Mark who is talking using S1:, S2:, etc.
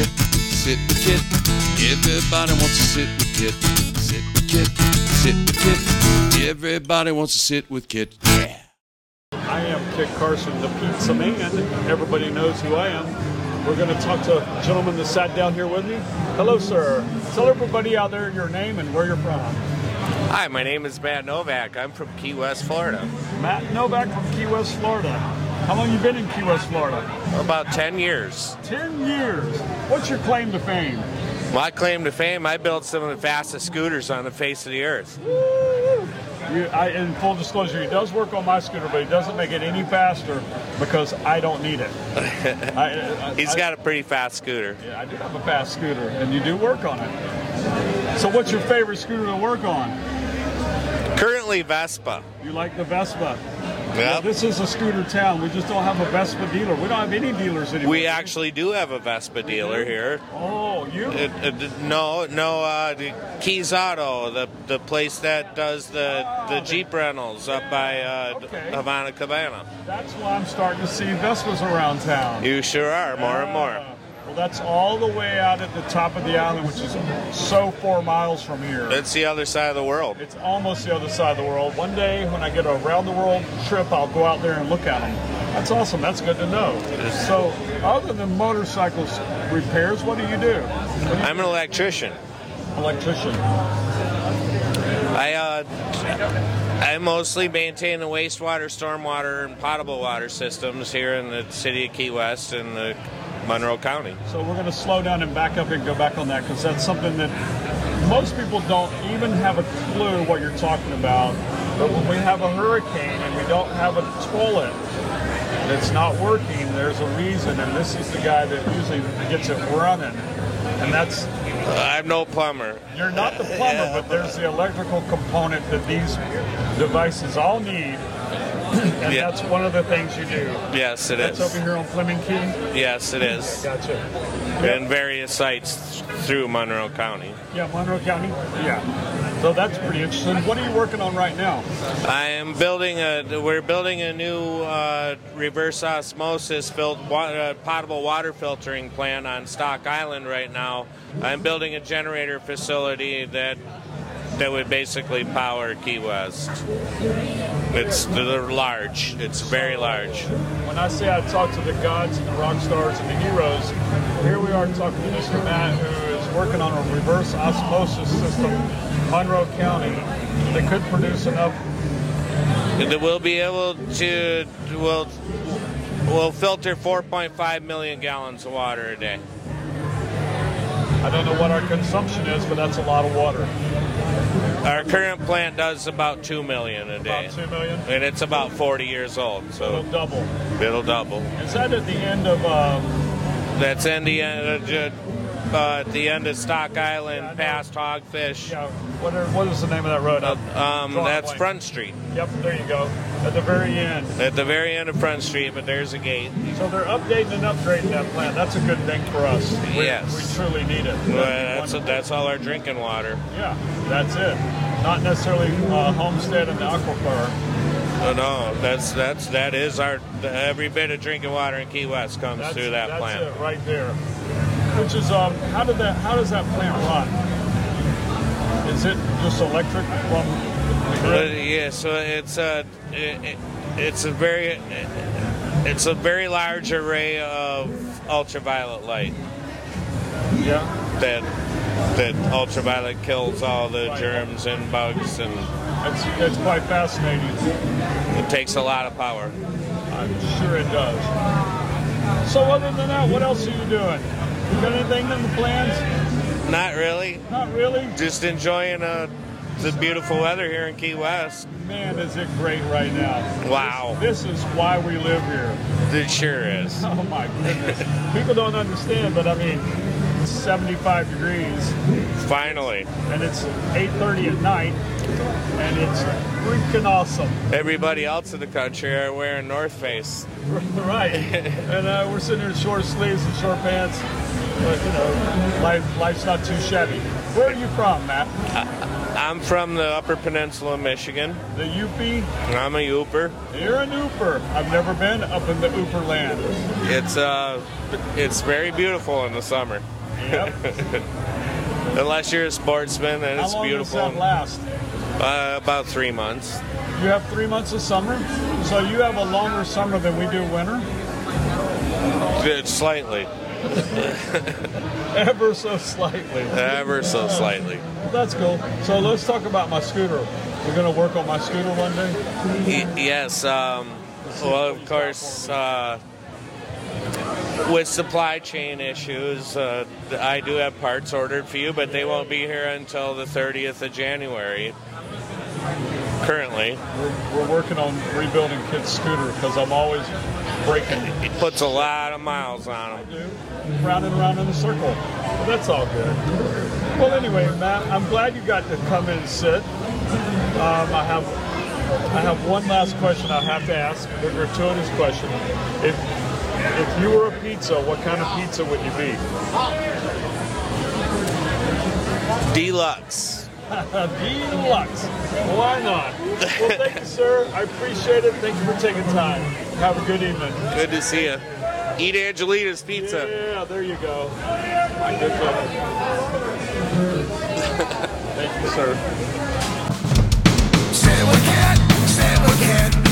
S1: sit with Kit. Everybody wants to sit with Kit. Sit with Kit. Sit with Kit. Everybody wants to sit with Kit. Yeah.
S2: I am Kit Carson, the pizza man. Everybody knows who I am. We're going to talk to a gentleman that sat down here with me. Hello, sir. Tell everybody out there your name and where you're from.
S3: Hi, my name is Matt Novak. I'm from Key West, Florida.
S2: Matt Novak from Key West, Florida. How long you been in Key West, Florida?
S3: About 10 years.
S2: Ten years. What's your claim to fame?
S3: My claim to fame, I built some of the fastest scooters on the face of the earth.
S2: You, I, in full disclosure, he does work on my scooter, but he doesn't make it any faster because I don't need it. I, I,
S3: He's
S2: I-
S3: got a pretty fast scooter.
S2: Yeah, I do have a fast scooter, and you do work on it. So, what's your favorite scooter to work on?
S3: Currently Vespa.
S2: You like the Vespa. Well,
S3: Yep.
S2: this is a scooter town. We just don't have a Vespa dealer. We don't have any dealers anymore.
S3: We actually do have a Vespa dealer here.
S2: Oh, you?
S3: It, it, no, no, uh, the Keys Auto, the, the place that does the, the Jeep rentals up by uh,
S2: Okay.
S3: Havana Cabana.
S2: That's why I'm starting to see Vespas around town.
S3: You sure are, more and more.
S2: Ah, Well, that's all the way out at the top of the island, which is so four miles from here.
S3: It's the other side of the world.
S2: It's almost the other side of the world. One day when I get a round the world trip, I'll go out there and look at them. That's awesome. That's good to know. So, other than motorcycles repairs, what do you do?
S3: I'm an electrician.
S2: Electrician.
S3: I uh, I mostly maintain the wastewater, stormwater, and potable water systems here in the city of Key West and the Monroe County.
S2: So we're going to slow down and back up and go back on that because that's something that most people don't even have a clue what you're talking about. But when we have a hurricane and we don't have a toilet that's not working, there's a reason. And this is the guy that usually gets it running. And that's
S3: Uh, I'm no plumber.
S2: you're not the plumber, but there's the electrical component that these devices all need. And
S3: Yeah.
S2: that's one of the things you do.
S3: Yes, it
S2: That's over
S3: is.
S2: here on Fleming Key.
S3: Yes, it is.
S2: Gotcha.
S3: And various sites through Monroe County.
S2: Yeah, Monroe County. Yeah. So that's pretty interesting. What are you working on right now?
S3: I am building a. We're building a new uh, reverse osmosis filled water, uh, potable water filtering plant on Stock Island right now. I'm building a generator facility that that would basically power Key West. It's they're large. It's very large.
S2: When I say I talk to the gods and the rock stars and the heroes, here we are talking to Mr. Matt, who is working on a reverse osmosis system, Monroe County, that could produce enough.
S3: That we'll be able to will will filter 4.5 million gallons of water a day.
S2: I don't know what our consumption is, but that's a lot of water.
S3: Our current plant does about 2 million a day.
S2: About two million.
S3: And it's about 40 years old,
S2: It'll
S3: so
S2: double.
S3: it'll double.
S2: Is that at the end of? Uh,
S3: That's in the end, uh, uh, at the end of Stock Island,
S2: Yeah, I know.
S3: past Hogfish.
S2: yeah. What, are, what is the name of that road?
S3: Um, that's Front Street.
S2: Yep. There you go. At the very end.
S3: At the very end of Front Street, but there's a gate.
S2: So they're updating and upgrading that plant. That's a good thing for us. We,
S3: Yes.
S2: We truly need it.
S3: Well, Uh, that's that's all our drinking water.
S2: yeah, that's it. Not necessarily uh, Homestead and the aquifer.
S3: No, Oh, no, that's that's that is our every bit of drinking water in Key West comes
S2: That's,
S3: through that
S2: that's
S3: plant.
S2: it right there. Which is um, how did that? How does that plant run? Is it just electric from the
S3: But,
S2: grid?
S3: Uh, yeah, so it's a it, it- it's a very it's a very large array of ultraviolet light.
S2: Yeah.
S3: that that ultraviolet kills all the germs and bugs and
S2: It's it's quite fascinating.
S3: it takes a lot of power.
S2: I'm sure it does. So other than that, what else are you doing? You got anything in the plans?
S3: Not really.
S2: Not really.
S3: Just enjoying uh, the beautiful weather here in Key West.
S2: Man, is it great right now.
S3: Wow.
S2: This is why we live here.
S3: It sure is.
S2: Oh my goodness. People don't understand, but I mean, it's 75 degrees
S3: Finally.
S2: and it's 8:30 at night and it's freaking awesome.
S3: Everybody else in the country are wearing North Face.
S2: right. And uh, we're sitting here in short sleeves and short pants. But you know, life life's not too shabby. Where are you from, Matt?
S3: I'm from the Upper Peninsula of Michigan.
S2: The UP?
S3: I'm a Uper.
S2: You're an Ooper. I've never been up in the Ooper land.
S3: It's uh it's very beautiful in the summer.
S2: Yep.
S3: Unless you're a sportsman and
S2: How
S3: it's
S2: long does that
S3: beautiful.
S2: last?
S3: Uh, about three months.
S2: You have three months of summer, so you have a longer summer than we do winter.
S3: Just Slightly.
S2: Ever so slightly.
S3: Ever so slightly.
S2: That's cool. So let's talk about my scooter. We're gonna work on my scooter one day.
S3: Y- yes. Um, well, of course, uh, with supply chain issues, uh, I do have parts ordered for you, but they won't be here until the 30th of January. Currently,
S2: We're, we're working on rebuilding Kit's scooter because I'm always breaking it.
S3: it puts a lot of miles on them.
S2: Round and round in a circle. But that's all good. Well, anyway, Matt, I'm glad you got to come and sit. Um, I have I have one last question I have to ask, the gratuitous question. If if you were a pizza, what kind of pizza would you be?
S3: Deluxe.
S2: Deluxe. Why not? Well, thank you, sir. I appreciate it. Thank you for taking time. Have a good evening.
S3: Good to see you. Eat Angelita's pizza.
S2: Yeah, there you go. My good friend. Thank you, sir.
S4: Sit with Cat, sit with Cat,